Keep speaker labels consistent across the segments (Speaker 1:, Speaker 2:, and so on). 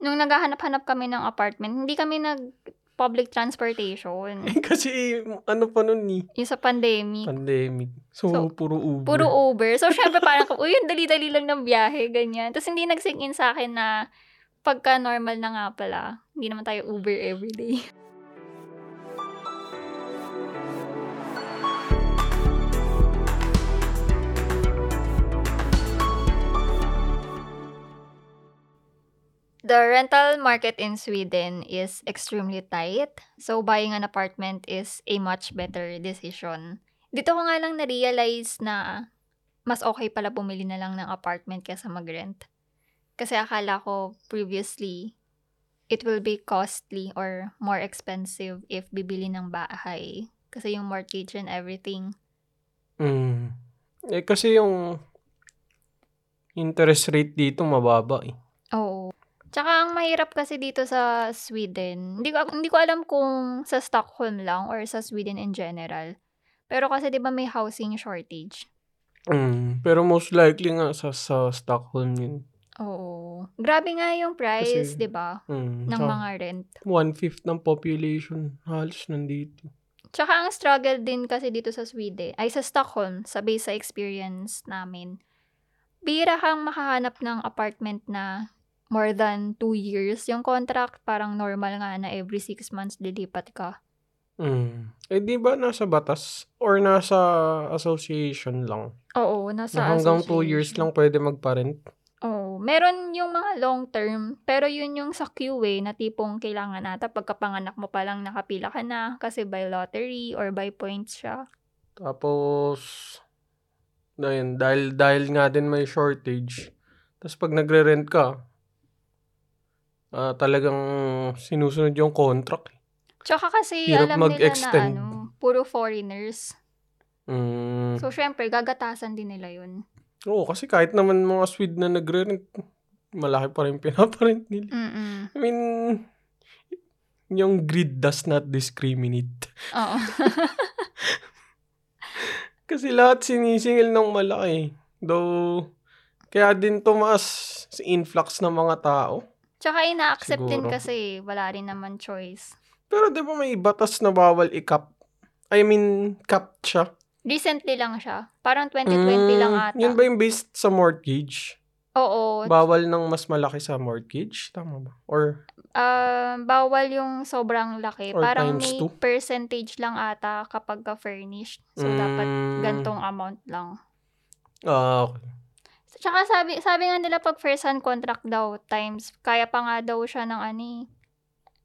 Speaker 1: nung naghahanap-hanap kami ng apartment, hindi kami nag public transportation.
Speaker 2: Eh, kasi ano pa nun ni
Speaker 1: Yung sa pandemic.
Speaker 2: pandemic. So,
Speaker 1: Mm. So,
Speaker 2: puro Uber.
Speaker 1: Puro Uber. So, syempre parang, uy, ang dali-dali lang ng biyahe, ganyan. Tapos hindi nag-sink in sa akin na pagka normal na nga pala, hindi naman tayo Uber everyday. The rental market in Sweden is extremely tight, so buying an apartment is a much better decision dito ko nga lang na-realize na mas okay pala bumili na lang ng apartment kaysa mag-rent. Kasi akala ko previously, it will be costly or more expensive if bibili ng bahay. Kasi yung mortgage and everything.
Speaker 2: Mm. Eh, kasi yung interest rate dito mababa eh.
Speaker 1: Oo. Tsaka ang mahirap kasi dito sa Sweden, hindi ko, hindi ko alam kung sa Stockholm lang or sa Sweden in general. Pero kasi 'di ba may housing shortage.
Speaker 2: Mm. Pero most likely nga sa, sa Stockholm yun.
Speaker 1: Oo. Grabe nga yung price,
Speaker 2: Kasi-
Speaker 1: 'di ba?
Speaker 2: Mm.
Speaker 1: Ng
Speaker 2: Sa
Speaker 1: mga rent.
Speaker 2: One-fifth ng population halos nandito.
Speaker 1: Tsaka ang struggle din kasi dito sa Sweden, ay sa Stockholm, sa base sa experience namin, bira kang makahanap ng apartment na more than two years. Yung contract, parang normal nga na every six months lilipat ka.
Speaker 2: Mm. Eh, di ba nasa batas or nasa association lang?
Speaker 1: Oo, nasa
Speaker 2: na hanggang two
Speaker 1: association.
Speaker 2: years lang pwede magparent.
Speaker 1: Oo. Meron yung mga long term, pero yun yung sa QA na tipong kailangan ata pagkapanganak mo pa lang nakapila ka na kasi by lottery or by points siya.
Speaker 2: Tapos, na yun, dahil, dahil nga din may shortage, tapos pag nagre-rent ka, ah, talagang sinusunod yung contract.
Speaker 1: Tsaka kasi alam
Speaker 2: Hirap
Speaker 1: nila na
Speaker 2: mag-extend.
Speaker 1: ano, puro foreigners.
Speaker 2: Mm.
Speaker 1: So, syempre, gagatasan din nila yun.
Speaker 2: Oo, kasi kahit naman mga Swede na nagre-rent, malaki pa rin pinaparent nila.
Speaker 1: Mm-mm.
Speaker 2: I mean, yung greed does not discriminate.
Speaker 1: Oo.
Speaker 2: Kasi lahat sinisingil ng malaki. Though, kaya din tumaas si influx ng mga tao.
Speaker 1: Tsaka ina-accept din
Speaker 2: Siguro.
Speaker 1: kasi wala rin naman choice.
Speaker 2: Pero di ba may batas na bawal i-cap? I mean, cap siya.
Speaker 1: Recently lang siya. Parang 2020
Speaker 2: Mm,
Speaker 1: lang ata.
Speaker 2: Yun ba yung based sa mortgage?
Speaker 1: Oo.
Speaker 2: Bawal ng mas malaki sa mortgage? Tama ba? Or,
Speaker 1: Ah, bawal yung sobrang laki.
Speaker 2: Or
Speaker 1: Parang may
Speaker 2: times two?
Speaker 1: percentage lang ata kapag ka-furnished. So, dapat
Speaker 2: Mm,
Speaker 1: gantong amount lang.
Speaker 2: Ah, okay.
Speaker 1: Tsaka sabi, sabi nga nila pag first hand contract daw times, kaya pa nga daw siya ng ani.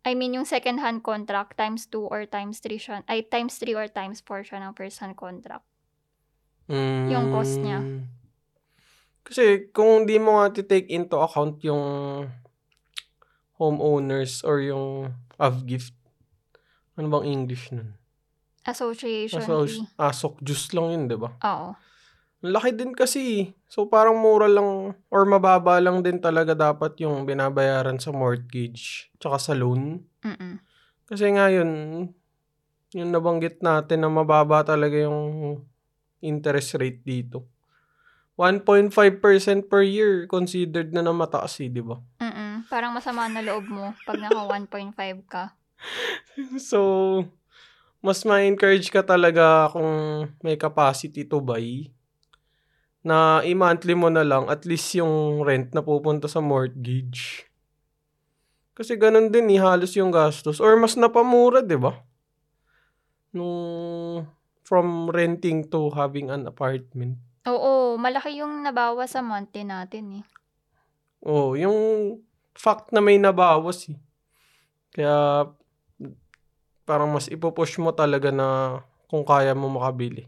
Speaker 1: I mean, yung second hand contract times 2 or times 3 siya. Ay, times 3 or times 4 siya ng first hand contract.
Speaker 2: Mm,
Speaker 1: Yung cost niya.
Speaker 2: Kasi kung di mo nga take into account yung homeowners or yung avgift, ano bang English nun?
Speaker 1: Association
Speaker 2: Asos,
Speaker 1: fee.
Speaker 2: asok juice lang yun, di ba?
Speaker 1: Oo.
Speaker 2: Ang Laki din kasi. eh. So, parang mura lang or mababa lang din talaga dapat yung binabayaran sa mortgage tsaka sa loan.
Speaker 1: Mm-mm.
Speaker 2: Kasi nga yun, yung nabanggit natin na mababa talaga yung interest rate dito. 1.5% per year considered na na mataas eh, di ba?
Speaker 1: Mm-mm. Parang masama na loob mo pag naka 1.5 ka.
Speaker 2: So, mas ma-encourage ka talaga kung may capacity to buy na i-monthly mo na lang at least yung rent na pupunta sa mortgage. Kasi ganun din eh, halos yung gastos. Or mas napamura, di ba? Nung from renting to having an apartment.
Speaker 1: Oo, malaki yung nabawa sa monthly natin eh.
Speaker 2: Oh, yung fact na may nabawas eh. Kaya parang mas ipopush mo talaga na kung kaya mo makabili.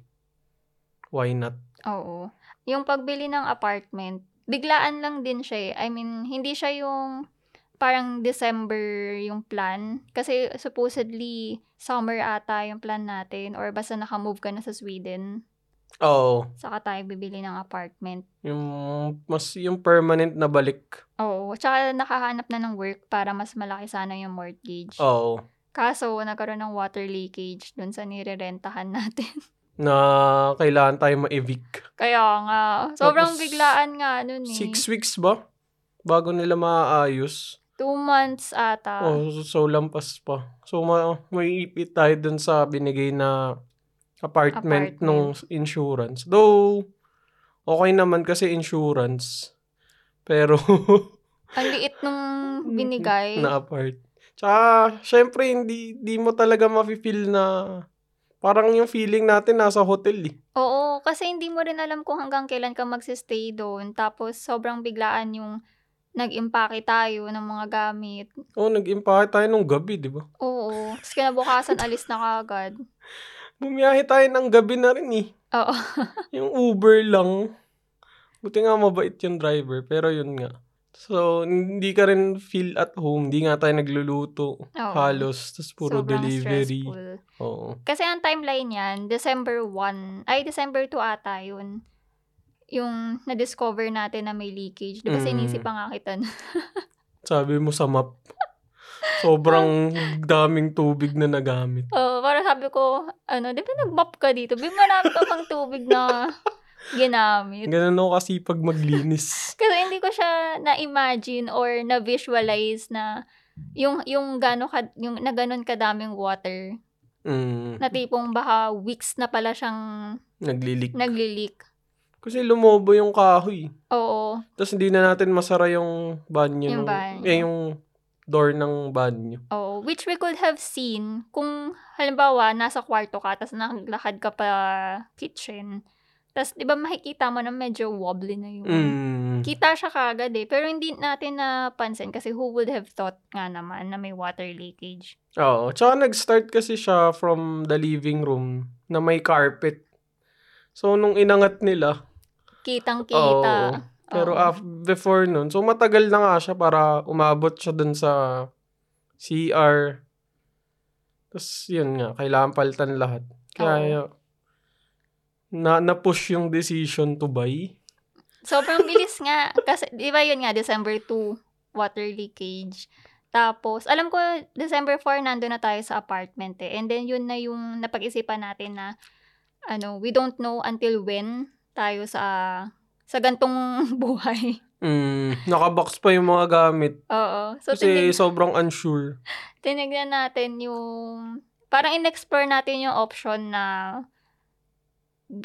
Speaker 2: Why not?
Speaker 1: Oo. Yung pagbili ng apartment, biglaan lang din siya eh. I mean, hindi siya yung parang December yung plan. Kasi supposedly, summer ata yung plan natin. Or basta nakamove ka na sa Sweden,
Speaker 2: Oo.
Speaker 1: saka tayo bibili ng apartment.
Speaker 2: Yung mas yung permanent na balik.
Speaker 1: Oo. Tsaka nakahanap na ng work para mas malaki sana yung mortgage.
Speaker 2: Oo.
Speaker 1: Kaso, nagkaroon ng water leakage dun sa nirerentahan natin.
Speaker 2: Na kailangan tayo ma-evict.
Speaker 1: Kaya nga, sobrang
Speaker 2: Tapos,
Speaker 1: biglaan nga nun eh.
Speaker 2: Six weeks ba? Bago nila maayos.
Speaker 1: Two months ata.
Speaker 2: Oh, so, so lampas pa. So ma- may ipit tayo dun sa binigay na
Speaker 1: Apartment.
Speaker 2: apartment, nung insurance. Though okay naman kasi insurance. Pero
Speaker 1: Ang liit nung binigay.
Speaker 2: na apart. Tsaka, syempre, hindi, di mo talaga mafe-feel na parang yung feeling natin nasa hotel eh.
Speaker 1: Oo, kasi hindi mo rin alam kung hanggang kailan ka magsistay doon. Tapos, sobrang biglaan yung nag-impake tayo ng mga gamit.
Speaker 2: Oh, nag-impake tayo nung gabi, di ba?
Speaker 1: Oo. Tapos kinabukasan, alis na kagad.
Speaker 2: Bumiyahe tayo ng gabi na rin eh.
Speaker 1: Oo.
Speaker 2: Yung Uber lang. Buti nga mabait yung driver, pero yun nga. So, hindi ka rin feel at home. Hindi nga tayo nagluluto.
Speaker 1: Oo.
Speaker 2: Halos. Tapos puro
Speaker 1: Sobrang
Speaker 2: delivery.
Speaker 1: stressful.
Speaker 2: Oo.
Speaker 1: Kasi ang timeline yan, December 1, ay December 2 ata yun. Yung na-discover natin na may leakage. Di ba
Speaker 2: Mm.
Speaker 1: sinisip pa nga kita nun?
Speaker 2: Sabi mo sa map. Sobrang daming tubig na nagamit.
Speaker 1: Oo, para sabi ko, ano, di ba nag-map ka dito? Di marami ka pang tubig na ginamit.
Speaker 2: Ganun ako kasi pag maglinis.
Speaker 1: Kasi hindi ko siya na-imagine or na-visualize na yung yung gano ka yung na ganun kadaming water
Speaker 2: Mm,
Speaker 1: na tipong baka weeks na pala siyang
Speaker 2: naglilik.
Speaker 1: nagli-leak.
Speaker 2: Kasi lumobo yung kahoy.
Speaker 1: Oo.
Speaker 2: Tapos hindi na natin masara yung banyo.
Speaker 1: Yung
Speaker 2: nung-
Speaker 1: banyo.
Speaker 2: Eh, yung door ng banyo.
Speaker 1: Oo. Which we could have seen kung halimbawa nasa kwarto ka tapos naglakad ka pa kitchen. Tapos 'di ba makikita mo na medyo wobbly na yung
Speaker 2: Mm.
Speaker 1: Kita siya kaagad eh. Pero hindi natin napansin kasi who would have thought nga naman na may water leakage.
Speaker 2: Oo. Tsaka nag-start kasi siya from the living room na may carpet. So, nung inangat nila.
Speaker 1: Kitang-kita.
Speaker 2: oo. Pero
Speaker 1: Oo.
Speaker 2: af- before nun, so matagal na nga siya para umabot siya dun sa CR. Tapos, yun nga, kailangan palitan lahat. Kaya, na, na-push yung decision to buy.
Speaker 1: Sobrang bilis nga. Kasi, di ba yun nga, December 2, water leakage. Tapos, alam ko, December 4, nandun na tayo sa apartment eh. And then, yun na yung napag-isipan natin na, ano, we don't know until when tayo sa sa gantong buhay.
Speaker 2: Mm, nakabox pa yung mga gamit.
Speaker 1: Oo. So,
Speaker 2: Kasi
Speaker 1: tinignan,
Speaker 2: sobrang unsure.
Speaker 1: tinignan natin yung, parang in-explore natin yung option na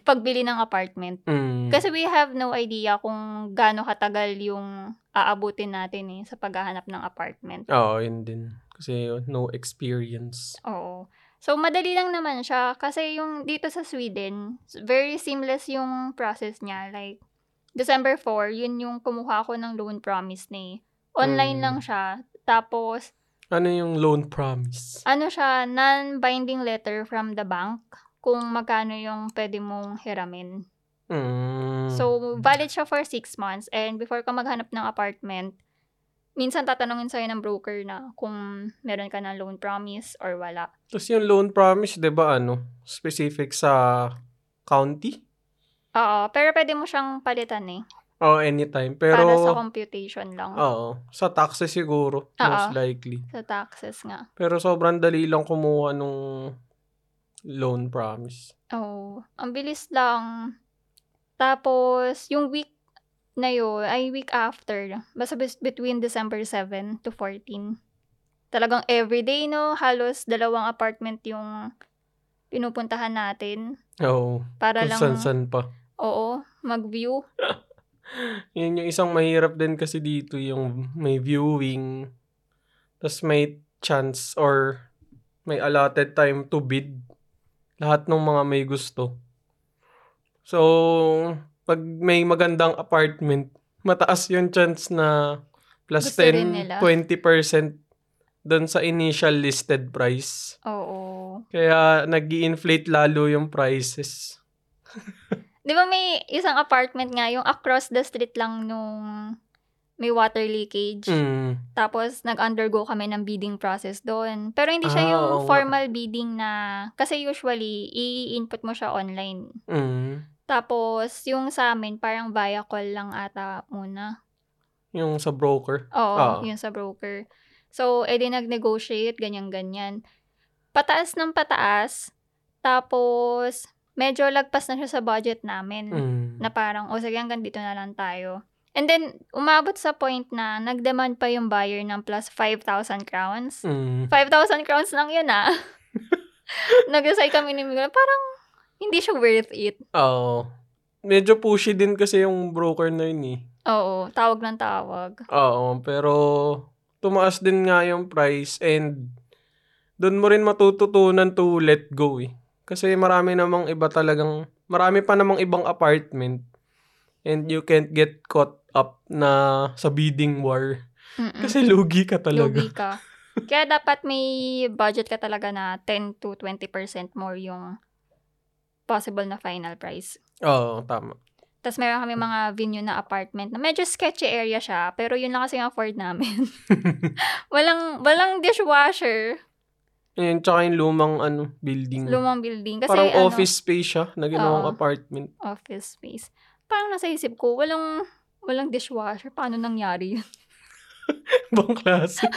Speaker 1: pagbili ng apartment.
Speaker 2: Mm.
Speaker 1: Kasi we have no idea kung gaano katagal yung aabutin natin eh sa paghahanap ng apartment.
Speaker 2: Oo, yun din. Kasi no experience.
Speaker 1: Oo. So, madali lang naman siya kasi yung dito sa Sweden, very seamless yung process niya. Like, December 4, yun yung kumuha ko ng loan promise ni. Online
Speaker 2: Mm.
Speaker 1: lang siya. Tapos,
Speaker 2: Ano yung loan promise?
Speaker 1: ano siya, non-binding letter from the bank kung magkano yung pwede mong hiramin.
Speaker 2: Mm.
Speaker 1: So, valid siya for six months. And before ka maghanap ng apartment, minsan tatanungin sa'yo ng broker na kung meron ka ng loan promise or wala.
Speaker 2: Tapos yung loan promise, di ba ano? Specific sa county?
Speaker 1: Oo, pero pwede mo siyang palitan eh.
Speaker 2: Oh, anytime.
Speaker 1: para sa Ah,
Speaker 2: Pero, Oh.
Speaker 1: computation lang.
Speaker 2: oo. Sa taxes siguro, most
Speaker 1: Oo.
Speaker 2: likely.
Speaker 1: Sa taxes nga.
Speaker 2: Pero sobrang dali lang kumuha nung loan promise.
Speaker 1: Oo. Ang bilis lang. Tapos, yung week na yun, ay week after. Basta bis- between December 7 to 14. Talagang everyday, no? Halos dalawang apartment yung pinupuntahan natin.
Speaker 2: Oo.
Speaker 1: Para
Speaker 2: Kung
Speaker 1: lang,
Speaker 2: san-san pa.
Speaker 1: oo, mag-view.
Speaker 2: Yun yung isang mahirap din kasi dito yung may viewing. Tapos may chance or may allotted time to bid. Lahat ng mga may gusto. So, pag may magandang apartment, mataas yung chance na plus
Speaker 1: Gusto rin nila.
Speaker 2: 10, 20% doon sa initial listed price.
Speaker 1: Oo.
Speaker 2: Kaya nag inflate lalo yung prices.
Speaker 1: Di ba may isang apartment nga, yung across the street lang nung may water leakage.
Speaker 2: Mm.
Speaker 1: Tapos, nag-undergo kami ng bidding process doon. Pero hindi siya
Speaker 2: Ah,
Speaker 1: yung
Speaker 2: oo nga.
Speaker 1: formal bidding na, kasi usually, i-input mo siya online.
Speaker 2: Mm.
Speaker 1: Tapos, yung sa amin, parang via call lang ata muna.
Speaker 2: Yung sa broker. Ah.
Speaker 1: Oo, yun sa broker. So, edi nag-negotiate, ganyan-ganyan. Pataas ng pataas. Tapos, medyo lagpas na siya sa budget namin.
Speaker 2: Mm.
Speaker 1: na parang, o sige, hanggang dito na lang tayo. And then, umabot sa point na nagdemand pa yung buyer ng plus 5,000 crowns.
Speaker 2: Mm.
Speaker 1: 5,000 crowns lang yun ah. Nag-decide kami ni Miguel, parang hindi siya worth it.
Speaker 2: Oo. Medyo pushy din kasi yung broker na yun eh.
Speaker 1: Oo, tawag ng tawag.
Speaker 2: Oo, pero tumaas din nga yung price and doon mo rin matututunan to let go eh. Kasi marami namang iba talagang, marami pa namang ibang apartment and you can't get caught up na sa bidding war.
Speaker 1: Mm-mm.
Speaker 2: Kasi lugi ka talaga.
Speaker 1: Lugi ka. Kaya dapat may budget ka talaga na 10 to 20% more yung possible na final price.
Speaker 2: Oo, tama.
Speaker 1: Tapos meron kami mga venue na apartment na medyo sketchy area siya, pero yun lang kasi yung afford namin. walang walang dishwasher,
Speaker 2: Ayun, tsaka yung lumang ano, building.
Speaker 1: lumang building. Kasi
Speaker 2: Parang
Speaker 1: ano,
Speaker 2: office space siya na ginawang
Speaker 1: Oo.
Speaker 2: apartment.
Speaker 1: office space. Parang nasa isip ko, walang walang dishwasher. Paano nangyari yun?
Speaker 2: Ibang klase.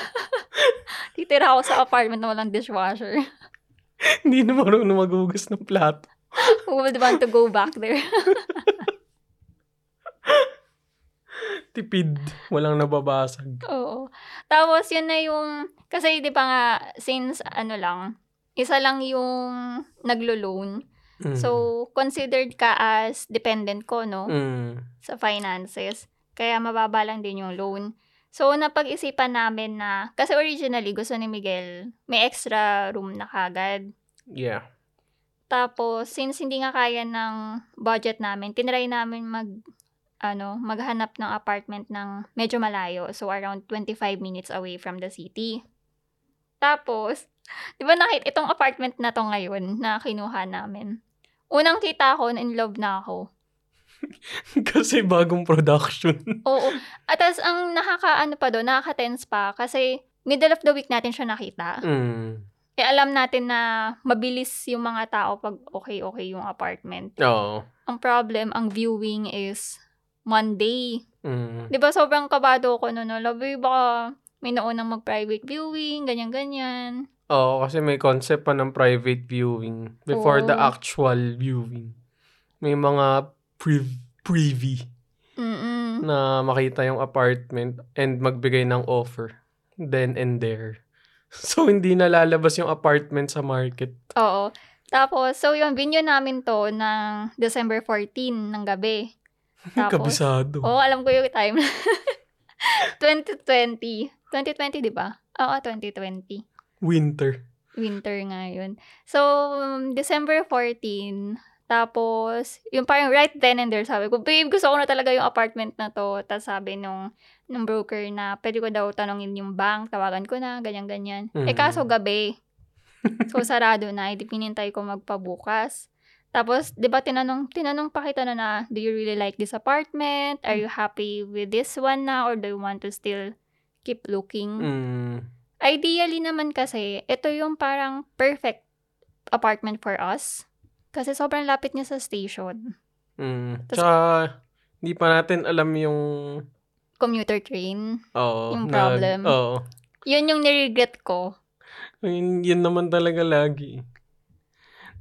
Speaker 1: Titira ako sa apartment na walang dishwasher.
Speaker 2: Hindi na marunong magugas ng plato.
Speaker 1: Who would want to go back there?
Speaker 2: Tipid. Walang nababasag.
Speaker 1: Oo. Tapos yun na yung, kasi di ba nga, since ano lang, isa lang yung naglo-loan.
Speaker 2: Mm.
Speaker 1: So, considered ka as dependent ko, no?
Speaker 2: Mm.
Speaker 1: Sa finances. Kaya mababa lang din yung loan. So, napag-isipan namin na, kasi originally gusto ni Miguel, may extra room na kagad.
Speaker 2: Yeah.
Speaker 1: Tapos, since hindi nga kaya ng budget namin, tinry namin mag, ano, maghanap ng apartment ng medyo malayo. So, around 25 minutes away from the city. Tapos, di ba nakita itong apartment na to ngayon na kinuha namin? Unang kita ko, in love na ako.
Speaker 2: Kasi bagong production.
Speaker 1: Oo. At as ang nakakaano pa doon, nakaka-tense pa kasi middle of the week natin siya nakita.
Speaker 2: mm.
Speaker 1: Eh, alam natin na mabilis yung mga tao pag okay-okay yung apartment.
Speaker 2: Oo.
Speaker 1: ang problem, ang viewing is Monday.
Speaker 2: Mm.
Speaker 1: Di ba sobrang kabado ko noon, no? Labi baka may naunang mag-private viewing, ganyan-ganyan.
Speaker 2: Oo, kasi may concept pa ng private viewing before the
Speaker 1: Oo.
Speaker 2: actual viewing. May mga pre- preview
Speaker 1: Mm-mm.
Speaker 2: na makita yung apartment and magbigay ng offer. Then and there. So, hindi na lalabas yung apartment sa market.
Speaker 1: Oo. Tapos, so yun, binyo namin to ng December 14 ng gabi. Tapos, Oh.
Speaker 2: Kabisado.
Speaker 1: oo, alam ko yung time. 2020. 2020, di ba? Oo, 2020.
Speaker 2: Winter.
Speaker 1: Winter nga yun. So, um, December 14, tapos, yung parang right then and there, sabi ko, babe, gusto ko na talaga yung apartment na to. Tapos sabi nung, nung broker na, pwede ko daw tanongin yung bank, tawagan ko na, ganyan-ganyan. Eh,
Speaker 2: Mm.
Speaker 1: kaso gabi. so, sarado na, hindi pinintay ko magpabukas. Tapos, di ba, tinanong, tinanong pa kita na na, do you really like this apartment? Are you happy with this one na? Or do you want to still keep looking?
Speaker 2: Mm.
Speaker 1: Ideally naman kasi, ito yung parang perfect apartment for us. Kasi sobrang lapit niya sa station.
Speaker 2: Mm.
Speaker 1: Tas-
Speaker 2: Tsaka, hindi pa natin alam yung...
Speaker 1: Commuter train.
Speaker 2: Oo.
Speaker 1: Yung
Speaker 2: nag-
Speaker 1: problem.
Speaker 2: Oo.
Speaker 1: Yun yung niregret ko.
Speaker 2: Yun, yun naman talaga lagi.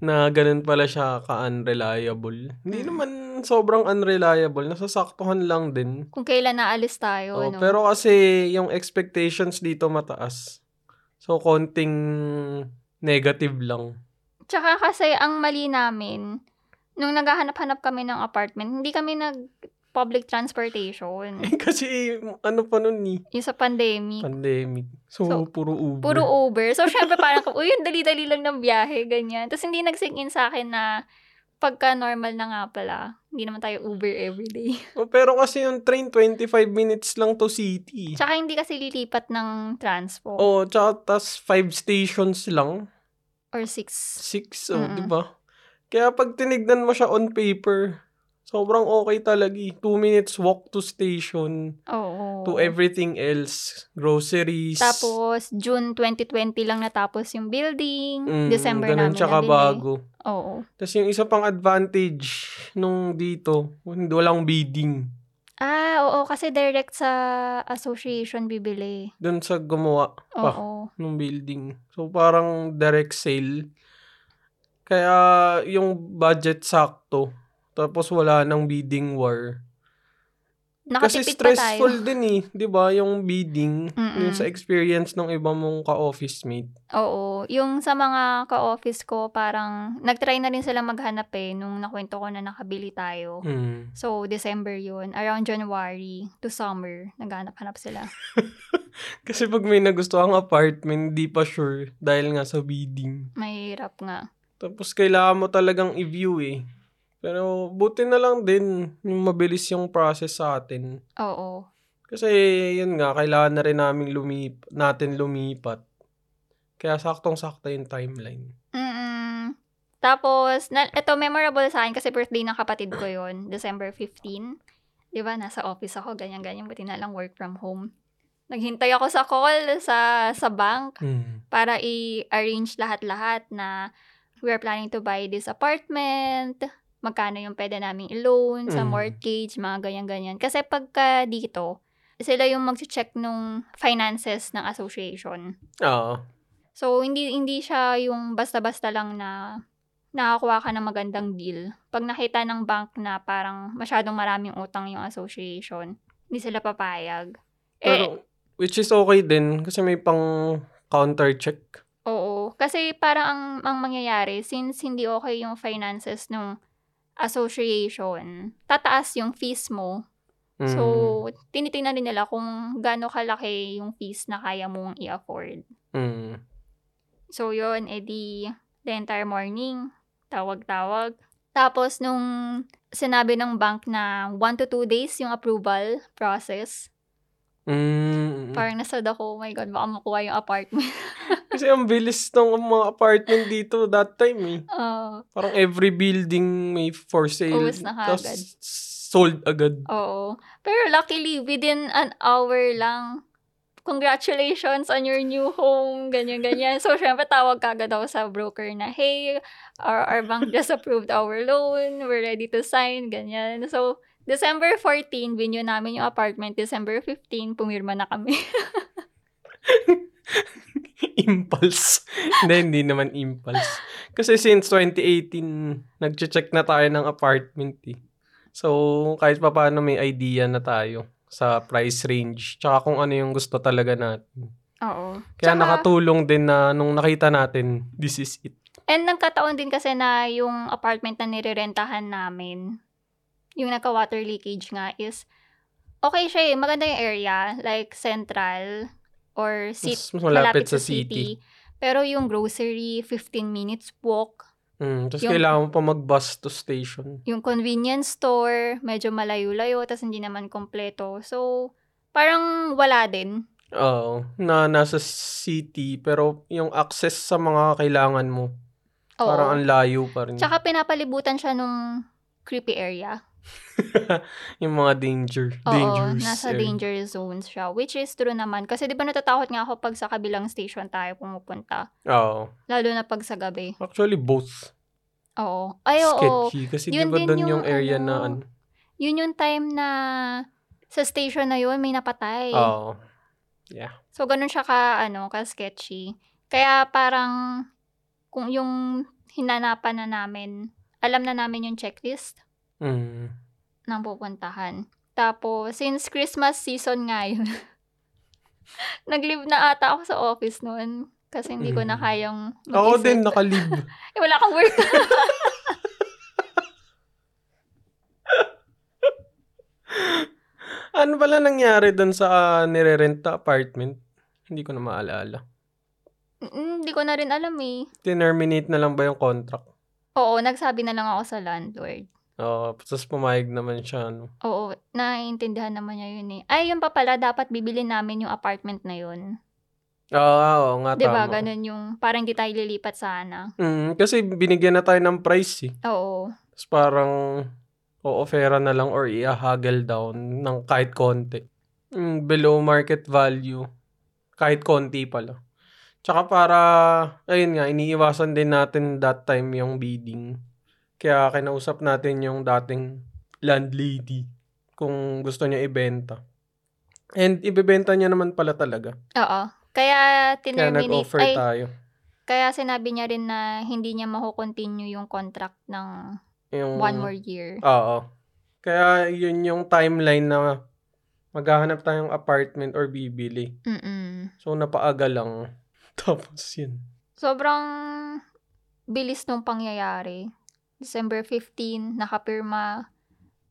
Speaker 2: Na ganun pala siya ka-unreliable. Hindi
Speaker 1: Mm.
Speaker 2: naman sobrang unreliable. Nasasaktuhan lang din.
Speaker 1: Kung kailan naalis tayo.
Speaker 2: Oo,
Speaker 1: ano.
Speaker 2: Oh, Pero kasi yung expectations dito mataas. So, konting negative lang.
Speaker 1: Tsaka kasi ang mali namin, nung naghahanap-hanap kami ng apartment, hindi kami nag public transportation.
Speaker 2: Eh, kasi ano pa nun ni
Speaker 1: Yung sa
Speaker 2: Ano
Speaker 1: pandemic.
Speaker 2: pandemic. So,
Speaker 1: So,
Speaker 2: puro Uber.
Speaker 1: Puro Uber. So, syempre parang, uy, ang dali-dali lang ng biyahe, ganyan. Tapos hindi nag-sink in sa akin na pagka normal na nga pala, hindi naman tayo Uber everyday.
Speaker 2: Oh, pero kasi yung train, 25 minutes lang to city.
Speaker 1: Tsaka hindi kasi lilipat ng transpo.
Speaker 2: Oo, oh, tsaka tas 5 stations lang. Oh.
Speaker 1: Or six.
Speaker 2: Six, oh,
Speaker 1: Mm-mm.
Speaker 2: di ba? Kaya pag tinignan mo siya on paper, sobrang okay talaga eh. Two minutes walk to station,
Speaker 1: Oo.
Speaker 2: to everything else, groceries.
Speaker 1: Tapos, June 2020 lang natapos yung building.
Speaker 2: mm,
Speaker 1: December
Speaker 2: ganun,
Speaker 1: namin
Speaker 2: tsaka
Speaker 1: nabili.
Speaker 2: bago.
Speaker 1: Oo.
Speaker 2: Tapos yung isa pang advantage nung dito, hindi walang bidding.
Speaker 1: Ah, oo. Kasi direct sa association bibili.
Speaker 2: Doon sa gumawa pa
Speaker 1: Oo.
Speaker 2: nung building. So parang direct sale. Kaya yung budget sakto. Tapos wala nang bidding war. Ah. Kasi
Speaker 1: Nakatipid pa tayo. Mm.
Speaker 2: stressful din eh, 'di ba? Yung bidding,
Speaker 1: Mm-mm.
Speaker 2: yung sa experience ng iba mong ka-office mate.
Speaker 1: Oo. Yung sa mga ka-office ko, parang nagtry na rin sila maghanap eh nung nakwento ko na nakabili tayo.
Speaker 2: Mm.
Speaker 1: So, December yun. Around January to summer, naghanap-hanap sila.
Speaker 2: Kasi pag may nagustuhang apartment, di pa sure dahil nga sa bidding.
Speaker 1: Mahirap nga.
Speaker 2: Tapos kailangan mo talagang i-view eh. Pero buti na lang din yung mabilis yung process sa atin.
Speaker 1: Oo.
Speaker 2: Kasi yun nga, kailangan na rin namin lumip- natin lumipat. Kaya saktong-sakto yung timeline.
Speaker 1: Mm-mm. Tapos, na, ito memorable sa akin kasi birthday ng kapatid ko yun, December 15. Di ba, nasa office ako, ganyan-ganyan, buti na lang work from home. Naghintay ako sa call sa sa bank
Speaker 2: Mm.
Speaker 1: para i-arrange lahat-lahat na we are planning to buy this apartment, magkano yung pwede naming i-loan sa
Speaker 2: Mm.
Speaker 1: mortgage, mga ganyan-ganyan. Kasi pagka dito, sila yung mag-check nung finances ng association.
Speaker 2: Oo.
Speaker 1: So, hindi hindi siya yung basta-basta lang na nakakuha ka ng magandang deal. Pag nakita ng bank na parang masyadong maraming utang yung association, hindi sila papayag. eh,
Speaker 2: Pero, which is okay din kasi may pang counter-check.
Speaker 1: Oo. Kasi parang ang, ang mangyayari, since hindi okay yung finances ng association, tataas yung fees mo.
Speaker 2: Mm.
Speaker 1: So, tinitingnan din nila kung gaano kalaki yung fees na kaya mong i-afford.
Speaker 2: Mm.
Speaker 1: So, yun, edi, the entire morning, tawag-tawag. Tapos, nung sinabi ng bank na 1 to 2 days yung approval process,
Speaker 2: Mm.
Speaker 1: parang nasad ako, oh my God, baka makuha yung apartment.
Speaker 2: Kasi ang bilis ng mga apartment dito that time eh.
Speaker 1: Oo.
Speaker 2: Parang every building may for sale.
Speaker 1: Ubus na
Speaker 2: Tapos
Speaker 1: kaagad.
Speaker 2: sold agad.
Speaker 1: Oo. Pero luckily, within an hour lang, congratulations on your new home, ganyan-ganyan. So, syempre, tawag kagad ako sa broker na, hey, our, our bank just approved our loan, we're ready to sign, ganyan. So, December 14, binyo namin yung apartment. December 15, pumirma na kami.
Speaker 2: impulse. Hindi, hindi naman impulse. Kasi since 2018, nag-check na tayo ng apartment eh. So, kahit pa paano may idea na tayo sa price range. Tsaka kung ano yung gusto talaga natin.
Speaker 1: Oo.
Speaker 2: Kaya
Speaker 1: Tsaka-
Speaker 2: nakatulong din na nung nakita natin, this is it.
Speaker 1: And nagkataon din kasi na yung apartment na nirerentahan namin, yung nagka-water leakage nga is, okay siya eh, maganda yung area, like central or city,
Speaker 2: Mas, mas malapit sa city.
Speaker 1: Pero yung grocery, 15 minutes walk.
Speaker 2: Mm, tapos
Speaker 1: Yung-
Speaker 2: kailangan mo pa mag-bus to station.
Speaker 1: Yung convenience store, medyo malayo-layo, tas hindi naman kompleto. So, parang wala din.
Speaker 2: Oo. na nasa city, pero yung access sa mga kailangan mo,
Speaker 1: Oo.
Speaker 2: parang ang layo pa rin.
Speaker 1: Tsaka pinapalibutan siya nung creepy area.
Speaker 2: yung mga danger.
Speaker 1: Oo,
Speaker 2: dangerous
Speaker 1: nasa
Speaker 2: area.
Speaker 1: danger zones siya. Which is true naman. Kasi di ba natatakot nga ako pag sa kabilang station tayo pumupunta.
Speaker 2: Oo.
Speaker 1: Lalo na pag sa gabi.
Speaker 2: Actually, both.
Speaker 1: Oo. Ay, oo.
Speaker 2: sketchy. Kasi di
Speaker 1: Yun
Speaker 2: ba
Speaker 1: din
Speaker 2: doon
Speaker 1: yung
Speaker 2: yung area
Speaker 1: ano,
Speaker 2: na ano?
Speaker 1: Yun yung time na sa station na yun may napatay.
Speaker 2: Oo.
Speaker 1: So, ganun siya ka, ano, ka-sketchy. Kaya parang kung yung hinanapan na namin, alam na namin yung checklist
Speaker 2: Mm.
Speaker 1: ng pupuntahan. Tapos, since Christmas season nga yun, nag-leave na ata ako sa office noon kasi hindi ko na
Speaker 2: Mm.
Speaker 1: kayang
Speaker 2: Ako
Speaker 1: mag-isip.
Speaker 2: din, nakalib.
Speaker 1: Eh, wala kang work.
Speaker 2: ano pala nangyari doon sa uh, nirerent na apartment? Hindi ko na maalala.
Speaker 1: Mm, Hindi ko na rin alam eh.
Speaker 2: Tinerminate na lang ba yung contract?
Speaker 1: Oo, nagsabi na lang ako sa landlord.
Speaker 2: Oo. tapos pumayag naman siya. Ano.
Speaker 1: Oo, naiintindihan naman niya yun eh. Ay, yun pa pala, dapat bibili namin yung apartment na yun.
Speaker 2: Ah, oo nga,
Speaker 1: 'Di ba
Speaker 2: tama.
Speaker 1: Ganun yung, parang hindi tayo lilipat sana.
Speaker 2: Mm, kasi binigyan na tayo ng price eh.
Speaker 1: Oo.
Speaker 2: Tapos parang o-offera na lang or i-haggle down ng kahit konti. Mm, below market value. Kahit konti pala. Tsaka para, ayun nga, iniiwasan din natin that time yung bidding. Kaya kinausap natin yung dating landlady kung gusto niya ibenta. And ibebenta niya naman pala talaga.
Speaker 1: Oo. Kaya
Speaker 2: Kaya
Speaker 1: tinerminate,
Speaker 2: nag-offer
Speaker 1: ay,
Speaker 2: tayo.
Speaker 1: kaya sinabi niya rin na hindi niya makukontinue yung contract ng
Speaker 2: Yung, Mm.
Speaker 1: one more year.
Speaker 2: Oo. Kaya yun yung timeline na Maghahanap tayong apartment or bibili.
Speaker 1: Mm-mm.
Speaker 2: So, napaaga lang. Tapos yun.
Speaker 1: Sobrang bilis nung pangyayari. December 15, nakapirma.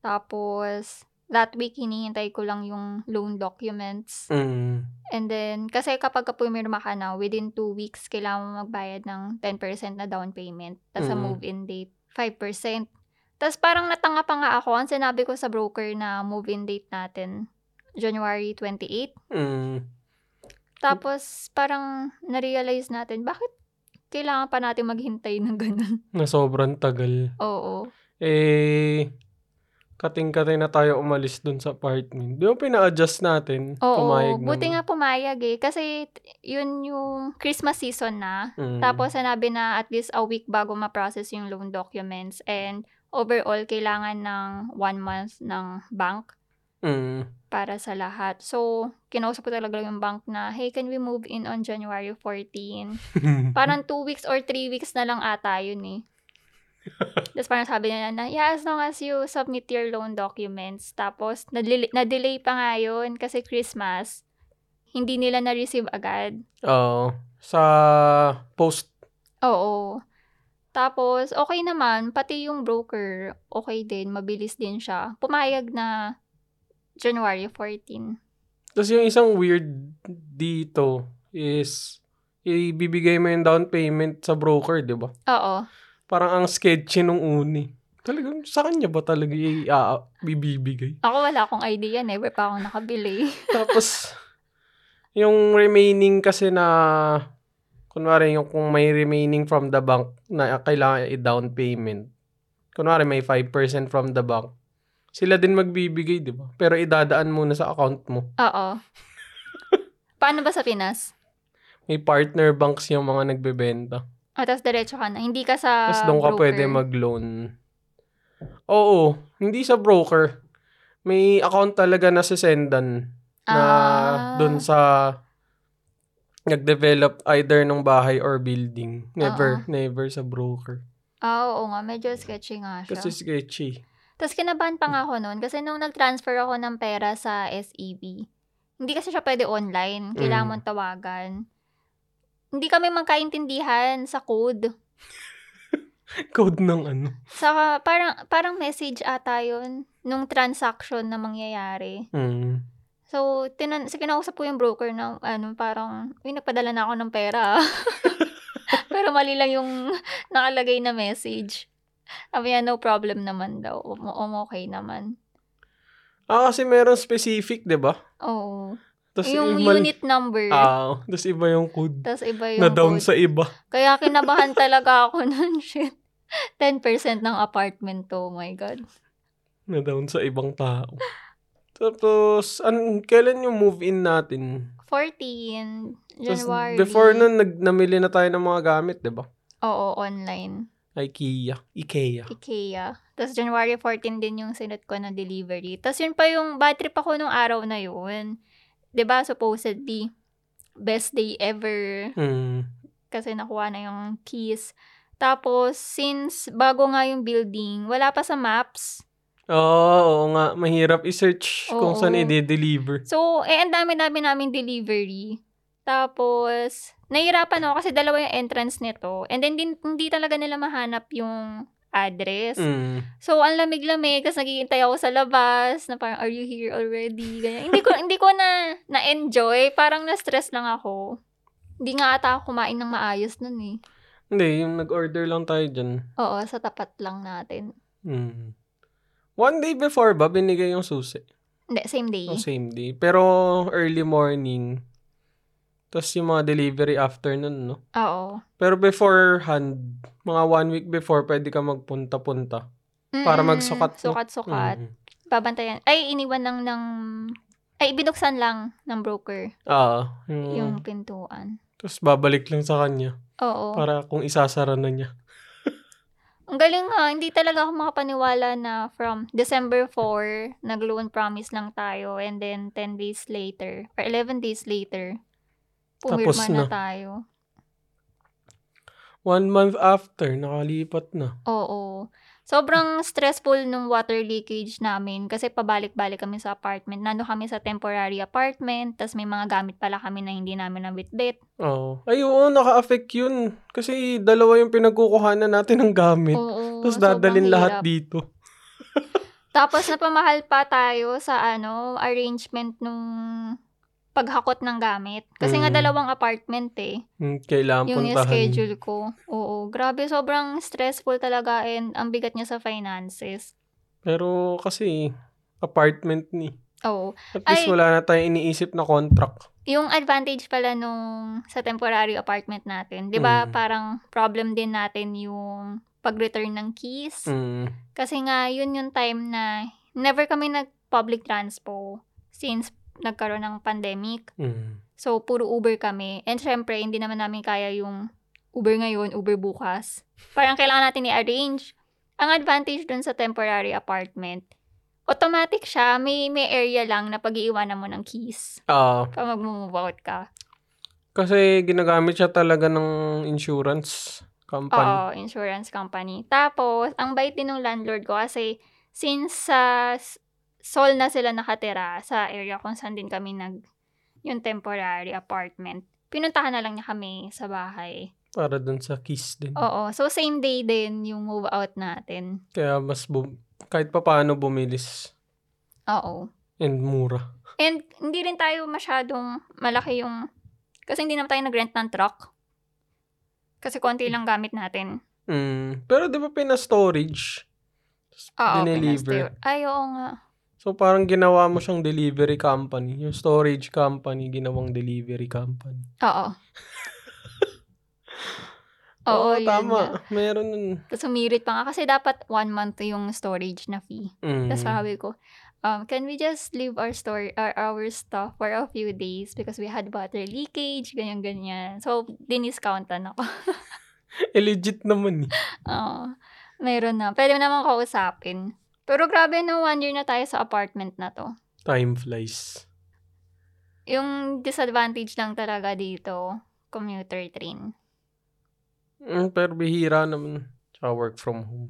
Speaker 1: Tapos, that week, hinihintay ko lang yung loan documents.
Speaker 2: Mm.
Speaker 1: And then, kasi kapag ka pumirma ka na, within two weeks, kailangan mo magbayad ng 10% na down payment. Tapos, sa
Speaker 2: Mm.
Speaker 1: move-in date, 5%. Tapos, parang natanga pa nga ako. Ang sinabi ko sa broker na move-in date natin, January 28.
Speaker 2: Mm.
Speaker 1: Tapos, parang na-realize natin, bakit kailangan pa natin maghintay ng ganun?
Speaker 2: Na sobrang tagal.
Speaker 1: Oo.
Speaker 2: Eh, kating-kating na tayo umalis dun sa apartment. Di ba pina-adjust natin?
Speaker 1: Oo.
Speaker 2: Pumayag
Speaker 1: buti
Speaker 2: naman.
Speaker 1: nga pumayag eh. Kasi, t- yun yung Christmas season na.
Speaker 2: Mm.
Speaker 1: Tapos, sanabi na at least a week bago ma-process yung loan documents. And, overall, kailangan ng one month ng bank
Speaker 2: Mm.
Speaker 1: para sa lahat. So, kinausap ko talaga yung bank na, hey, can we move in on January 14? Parang two weeks or three weeks na lang ata yun eh. Tapos parang sabi nila na, yeah, as long as you submit your loan documents. Tapos, nadili- na-delay pa nga yun kasi Christmas. Hindi nila na-receive agad.
Speaker 2: Oo. Sa post.
Speaker 1: Oo. Tapos, okay naman. Pati yung broker, okay din. Mabilis din siya. Pumayag na January 14.
Speaker 2: Tapos yung isang weird dito is ibibigay mo yung down payment sa broker, di ba?
Speaker 1: Oo.
Speaker 2: Parang ang sketchy nung uni. Talagang sa kanya ba talaga i- a- bibibigay?
Speaker 1: Ako wala akong idea. Never pa akong nakabili.
Speaker 2: Tapos, yung remaining kasi na, kunwari yung kung may remaining from the bank na kailangan i-down payment. Kunwari may 5% from the bank. Sila din magbibigay, di ba? Pero idadaan muna sa account mo.
Speaker 1: Oo. Paano ba sa Pinas?
Speaker 2: May partner banks yung mga nagbebenta.
Speaker 1: O, tapos Ah, diretso ka na. Hindi ka sa
Speaker 2: Tapos doon ka
Speaker 1: Ah, broker.
Speaker 2: pwede mag-loan. Oo, hindi sa broker. May account talaga na si Sendan. na
Speaker 1: Ah.
Speaker 2: dun sa nag-develop either ng bahay or building. Never, never sa broker.
Speaker 1: Ah, oo nga. Medyo sketchy nga siya.
Speaker 2: Kasi sketchy.
Speaker 1: Tapos kinabahan pa nga ako noon kasi nung nag-transfer ako ng pera sa SEB, hindi kasi siya pwede online. Kailangan
Speaker 2: Mm.
Speaker 1: mong tawagan. Hindi kami magkaintindihan sa code.
Speaker 2: Code ng ano.
Speaker 1: Sa parang, parang message ata yun nung transaction na mangyayari.
Speaker 2: Mm.
Speaker 1: So, tinan so kinausap ko yung broker na ano, parang, uy, nagpadala na ako ng pera. ah." Pero mali lang yung nakalagay na message. Sabi niya, no problem naman daw. Um, um, okay naman.
Speaker 2: Ah, kasi meron specific, di ba?
Speaker 1: Oo.
Speaker 2: Tapos
Speaker 1: yung
Speaker 2: iba-
Speaker 1: unit number.
Speaker 2: Ah, tapos iba yung code.
Speaker 1: Tapos iba yung
Speaker 2: Na down
Speaker 1: code.
Speaker 2: sa iba.
Speaker 1: Kaya kinabahan talaga ako nun, shit. 10% ng apartment to, oh my God.
Speaker 2: Na down sa ibang tao. Tapos, an kailan yung move-in natin?
Speaker 1: 14,
Speaker 2: Tapos,
Speaker 1: January.
Speaker 2: before nun, nag- namili na tayo ng mga gamit, di ba?
Speaker 1: Oo, online.
Speaker 2: IKEA. IKEA.
Speaker 1: IKEA. Tapos January 14 din yung sinot ko na delivery. Tapos yun pa yung bad trip ako nung araw na yun. 'Di ba supposedly, best day ever.
Speaker 2: Mm.
Speaker 1: kasi nakuha na yung keys. Tapos, since bago nga yung building, wala pa sa maps.
Speaker 2: Oo, oo nga. Mahirap i-search
Speaker 1: Oo.
Speaker 2: kung saan i-deliver.
Speaker 1: So, eh, ang dami-dami namin delivery. Tapos, nahihirapan ako kasi dalawa yung entrance nito. And then, din- hindi talaga nila mahanap yung address.
Speaker 2: Mm.
Speaker 1: So, ang lamig-lamig. Tapos, naghihintay ako sa labas na parang, are you here already? Ganyan. hindi ko, hindi ko na na-enjoy. Parang na-stress lang ako. Hindi nga ata ako kumain ng maayos nun eh.
Speaker 2: Hindi, yung nag-order lang tayo dyan.
Speaker 1: Oo, sa tapat lang natin.
Speaker 2: Mm. One day before ba, binigay yung susi?
Speaker 1: Hindi, same day.
Speaker 2: Oh, same day. Pero early morning. Tapos yung mga delivery afternoon, no?
Speaker 1: Oo.
Speaker 2: Pero beforehand, mga one week before, pwede ka magpunta-punta. Para
Speaker 1: Mm-mm.
Speaker 2: magsukat, no?
Speaker 1: Sukat-sukat.
Speaker 2: Mm.
Speaker 1: Babantayan. Ay, iniwan lang ng... Ay, binuksan lang ng broker
Speaker 2: Ah, yung...
Speaker 1: yung pintuan.
Speaker 2: Tapos babalik lang sa kanya
Speaker 1: Oo.
Speaker 2: para kung isasara na niya.
Speaker 1: Ang galing ha. Hindi talaga ako makapaniwala na from December 4, nag-loan promise lang tayo. And then, 10 days later, or 11 days later,
Speaker 2: Tapos
Speaker 1: pumirma na.
Speaker 2: na.
Speaker 1: tayo.
Speaker 2: One month after, nakalipat na.
Speaker 1: Oo. Sobrang stressful nung water leakage namin kasi pabalik-balik kami sa apartment. Nando kami sa temporary apartment, tas may mga gamit pala kami na hindi namin nabitbit.
Speaker 2: Oo. Ay, oo, naka-affect yun. Kasi dalawa yung pinagkukuhanan natin ng gamit.
Speaker 1: Oo,
Speaker 2: Tapos
Speaker 1: sobrang
Speaker 2: dadalin
Speaker 1: hirap.
Speaker 2: lahat dito.
Speaker 1: Tapos napamahal pa tayo sa ano, arrangement nung paghakot ng gamit. Kasi nga
Speaker 2: Mm.
Speaker 1: dalawang apartment eh.
Speaker 2: Hmm, Kailangan
Speaker 1: Yung
Speaker 2: puntahan.
Speaker 1: schedule ko. Oo, grabe sobrang stressful talaga and ang bigat niya sa finances.
Speaker 2: Pero kasi, apartment ni.
Speaker 1: Oo.
Speaker 2: At
Speaker 1: Ay.
Speaker 2: least wala na tayong iniisip na contract.
Speaker 1: Yung advantage pala nung sa temporary apartment natin, 'di ba?
Speaker 2: Mm.
Speaker 1: Parang problem din natin yung pag-return ng keys.
Speaker 2: Mm.
Speaker 1: Kasi nga yun yung time na never kami nag public transpo since nagkaroon ng pandemic.
Speaker 2: Mm.
Speaker 1: So, puro Uber kami. And syempre, hindi naman namin kaya yung Uber ngayon, Uber bukas. Parang kailangan natin i-arrange. Ang advantage dun sa temporary apartment, automatic siya. May, may area lang na pag-iiwanan mo ng keys
Speaker 2: Ah,
Speaker 1: pag mag-move out ka.
Speaker 2: kasi ginagamit siya talaga ng insurance company.
Speaker 1: Oo, insurance company. Tapos, ang bait din ng landlord ko kasi since sa s- Seoul na sila nakatira sa area kung saan din kami nag yung temporary apartment. Pinuntahan na lang niya kami sa bahay.
Speaker 2: Para dun sa kiss din.
Speaker 1: Oo. So, same day din yung move out natin.
Speaker 2: Kaya mas bu- kahit pa paano bumilis
Speaker 1: Oo.
Speaker 2: and mura.
Speaker 1: And hindi rin tayo masyadong malaki yung... Kasi hindi naman tayo nag-rent ng truck. Kasi konti lang gamit natin.
Speaker 2: Mm. Pero di ba pina-storage? Tapos
Speaker 1: Ah, Oo.
Speaker 2: dineliver.
Speaker 1: pinastay- Ay, oo nga.
Speaker 2: So parang ginawa mo siyang delivery company. Yung storage company, ginawang delivery company.
Speaker 1: Oo. oo, yun nga.
Speaker 2: tama. Meron nun.
Speaker 1: Tapos umirit pa nga. Kasi dapat one month yung storage na fee.
Speaker 2: Mm.
Speaker 1: Tapos sabi ko, um, can we just leave our store, our, our stuff for a few days because we had water leakage, ganyan-ganyan. So, diniscountan ako.
Speaker 2: Eh, legit naman eh.
Speaker 1: Oo. Meron na. Pwede mo naman kausapin. Pero grabe, no one year na tayo sa apartment na to.
Speaker 2: Time flies.
Speaker 1: Yung disadvantage lang talaga dito, commuter train.
Speaker 2: Mm, pero bihira naman. Tsaka work from home.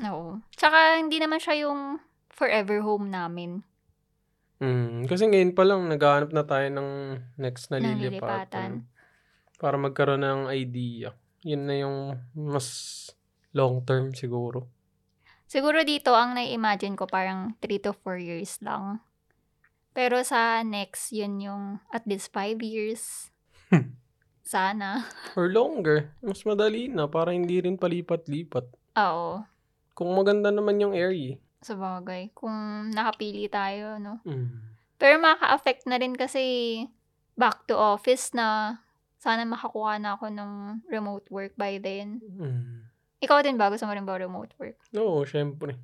Speaker 1: Oo. Tsaka, hindi naman siya yung forever home namin.
Speaker 2: Mm, kasi ngayon pa lang, naghahanap na tayo ng next na
Speaker 1: Ng
Speaker 2: lilipatan.
Speaker 1: lilipatan.
Speaker 2: Para magkaroon ng idea. Yun na yung mas long term siguro.
Speaker 1: Siguro dito, ang nai-imagine ko parang 3 to 4 years lang. Pero sa next, yun yung at least 5 years.
Speaker 2: Hmm.
Speaker 1: Sana.
Speaker 2: Or longer. Mas madali na para hindi rin palipat-lipat.
Speaker 1: Oo.
Speaker 2: Kung maganda naman yung area. eh.
Speaker 1: Sabagay. Kung nakapili tayo, no?
Speaker 2: Mm.
Speaker 1: Pero maka-affect na rin kasi back to office na sana makakuha na ako ng remote work by then.
Speaker 2: Mm.
Speaker 1: Ikaw din ba? Gusto mo rin ba remote work?
Speaker 2: Oo, syempre.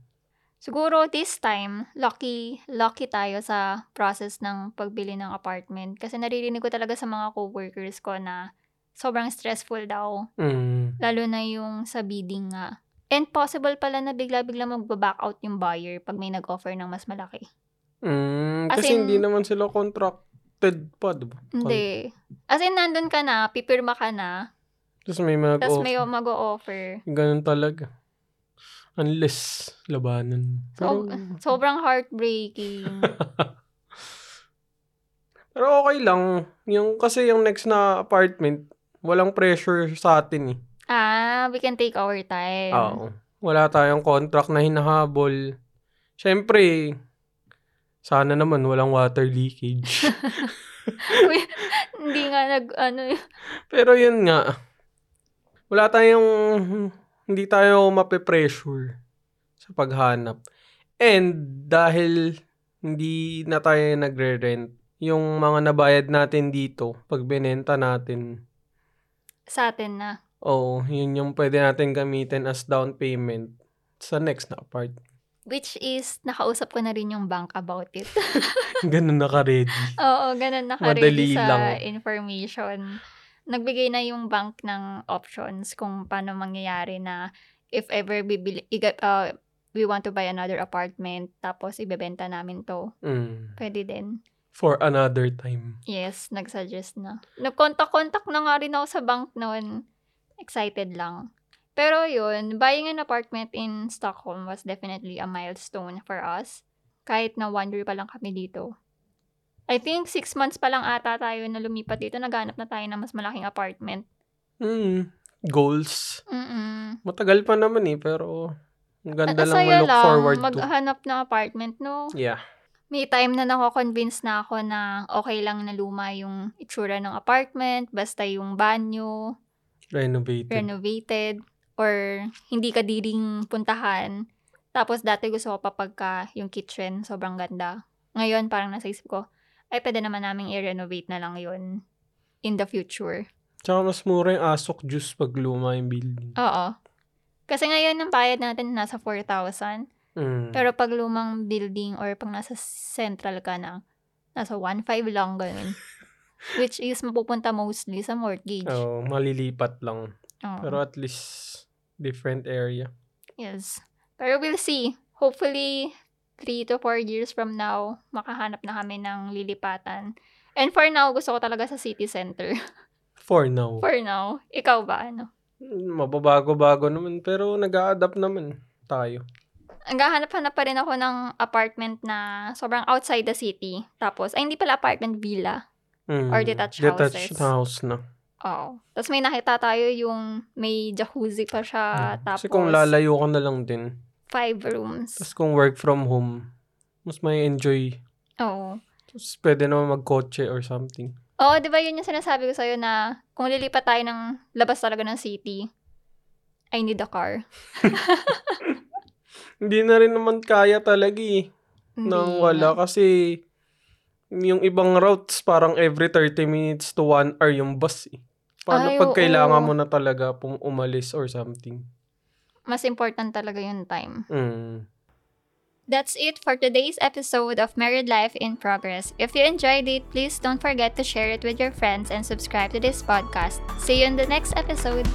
Speaker 1: Siguro this time, lucky, lucky tayo sa process ng pagbili ng apartment. Kasi naririnig ko talaga sa mga co-workers ko na sobrang stressful daw.
Speaker 2: Mm.
Speaker 1: Lalo na yung sa bidding nga. And possible pala na bigla-bigla magba-back out yung buyer pag may nag-offer ng mas malaki.
Speaker 2: Mm,
Speaker 1: As
Speaker 2: kasi
Speaker 1: in-
Speaker 2: hindi naman sila contracted pa, diba?
Speaker 1: Hindi. As in, nandun ka na, pipirma ka na,
Speaker 2: Tapos may mag
Speaker 1: Tapos may mag-o-offer.
Speaker 2: Ganun talaga. Unless labanan.
Speaker 1: So, sobrang heartbreaking.
Speaker 2: Pero okay lang. Yung, kasi yung next na apartment, walang pressure sa atin eh.
Speaker 1: ah, we can take our time.
Speaker 2: Oo. Wala tayong contract na hinahabol. Siyempre, sana naman walang water leakage.
Speaker 1: We- Hindi nga nag, ano,
Speaker 2: Pero yun nga, wala tayong, hindi tayo mape-pressure sa paghanap. And dahil hindi na tayo nagre-rent, yung mga nabayad natin dito, pag binenta natin,
Speaker 1: sa atin na.
Speaker 2: Oo, yun yung pwede natin gamitin as down payment sa next na apartment.
Speaker 1: Which is, nakausap ko na rin yung bank about it.
Speaker 2: Ganun na ka-ready.
Speaker 1: Oo, ganun
Speaker 2: Madali
Speaker 1: naka-ready sa
Speaker 2: lang.
Speaker 1: information. Nagbigay na yung bank ng options kung paano mangyayari na if ever bibili, iga- uh, we want to buy another apartment, tapos ibebenta namin to.
Speaker 2: Mm.
Speaker 1: Pwede din.
Speaker 2: For another time.
Speaker 1: Yes, nag-suggest na. Nag-contact-contact na nga rin ako sa bank noon. Excited lang. Pero yun, buying an apartment in Stockholm was definitely a milestone for us. Kahit na one year pa lang kami dito. I think six months pa lang ata tayo na lumipat dito. Naghanap na tayo ng mas malaking apartment.
Speaker 2: Hmm. Goals.
Speaker 1: Mm-mm.
Speaker 2: Matagal pa naman eh, pero ang ganda
Speaker 1: At
Speaker 2: lang
Speaker 1: asaya
Speaker 2: mag-look forward to.
Speaker 1: maghanap ng apartment, no?
Speaker 2: Yeah.
Speaker 1: May time na nako-convince na ako na okay lang na luma yung itsura ng apartment, basta yung banyo,
Speaker 2: Renovated.
Speaker 1: renovated or hindi ka diring puntahan. Tapos dati gusto ko pa pagka yung kitchen sobrang ganda. Ngayon parang nasa isip ko, ay pwede naman naming i-renovate na lang yun in the future.
Speaker 2: Tsaka mas mura yung asok juice pag luma yung building.
Speaker 1: Oo. Kasi ngayon ang bayad natin nasa 4,000.
Speaker 2: Mm.
Speaker 1: Pero pag lumang building or pag nasa central ka na, nasa 1.5 lang ganun. Which is mapupunta mostly sa mortgage.
Speaker 2: Oo, malilipat lang.
Speaker 1: Oo.
Speaker 2: Pero at least different area.
Speaker 1: Yes. Pero we'll see. Hopefully, three to four years from now, makahanap na kami ng lilipatan. And for now, gusto ko talaga sa city center.
Speaker 2: For now.
Speaker 1: for now. Ikaw ba? Ano?
Speaker 2: Mababago-bago naman pero nag-a-adapt naman tayo.
Speaker 1: Naghahanap-hanap pa rin ako ng apartment na sobrang outside the city. Tapos, ay hindi pala apartment, villa.
Speaker 2: Mm.
Speaker 1: Or detached
Speaker 2: detached
Speaker 1: houses.
Speaker 2: house na.
Speaker 1: Oo. Oh. Tapos may nakita tayo yung may jacuzzi pa siya.
Speaker 2: Mm.
Speaker 1: Ah, Tapos,
Speaker 2: Kasi kung lalayo ka na lang din.
Speaker 1: five rooms.
Speaker 2: Tapos kung work from home, mas may enjoy.
Speaker 1: Oo.
Speaker 2: Tapos pwede naman magkotse or something.
Speaker 1: Oo, Oh. di ba yun yung sinasabi ko sa'yo na kung lilipat tayo ng labas talaga ng city, I need a car.
Speaker 2: Hindi na rin naman kaya talaga eh.
Speaker 1: Hindi
Speaker 2: Nang wala kasi yung ibang routes parang every 30 minutes to 1 hour yung bus eh.
Speaker 1: Ay,
Speaker 2: Paano pag
Speaker 1: oo.
Speaker 2: kailangan mo na talaga pum- umalis or something?
Speaker 1: Mas important talaga yung time.
Speaker 2: Mm.
Speaker 1: That's it for today's episode of Married Life in Progress. If you enjoyed it, please don't forget to share it with your friends and subscribe to this podcast. See you in the next episode.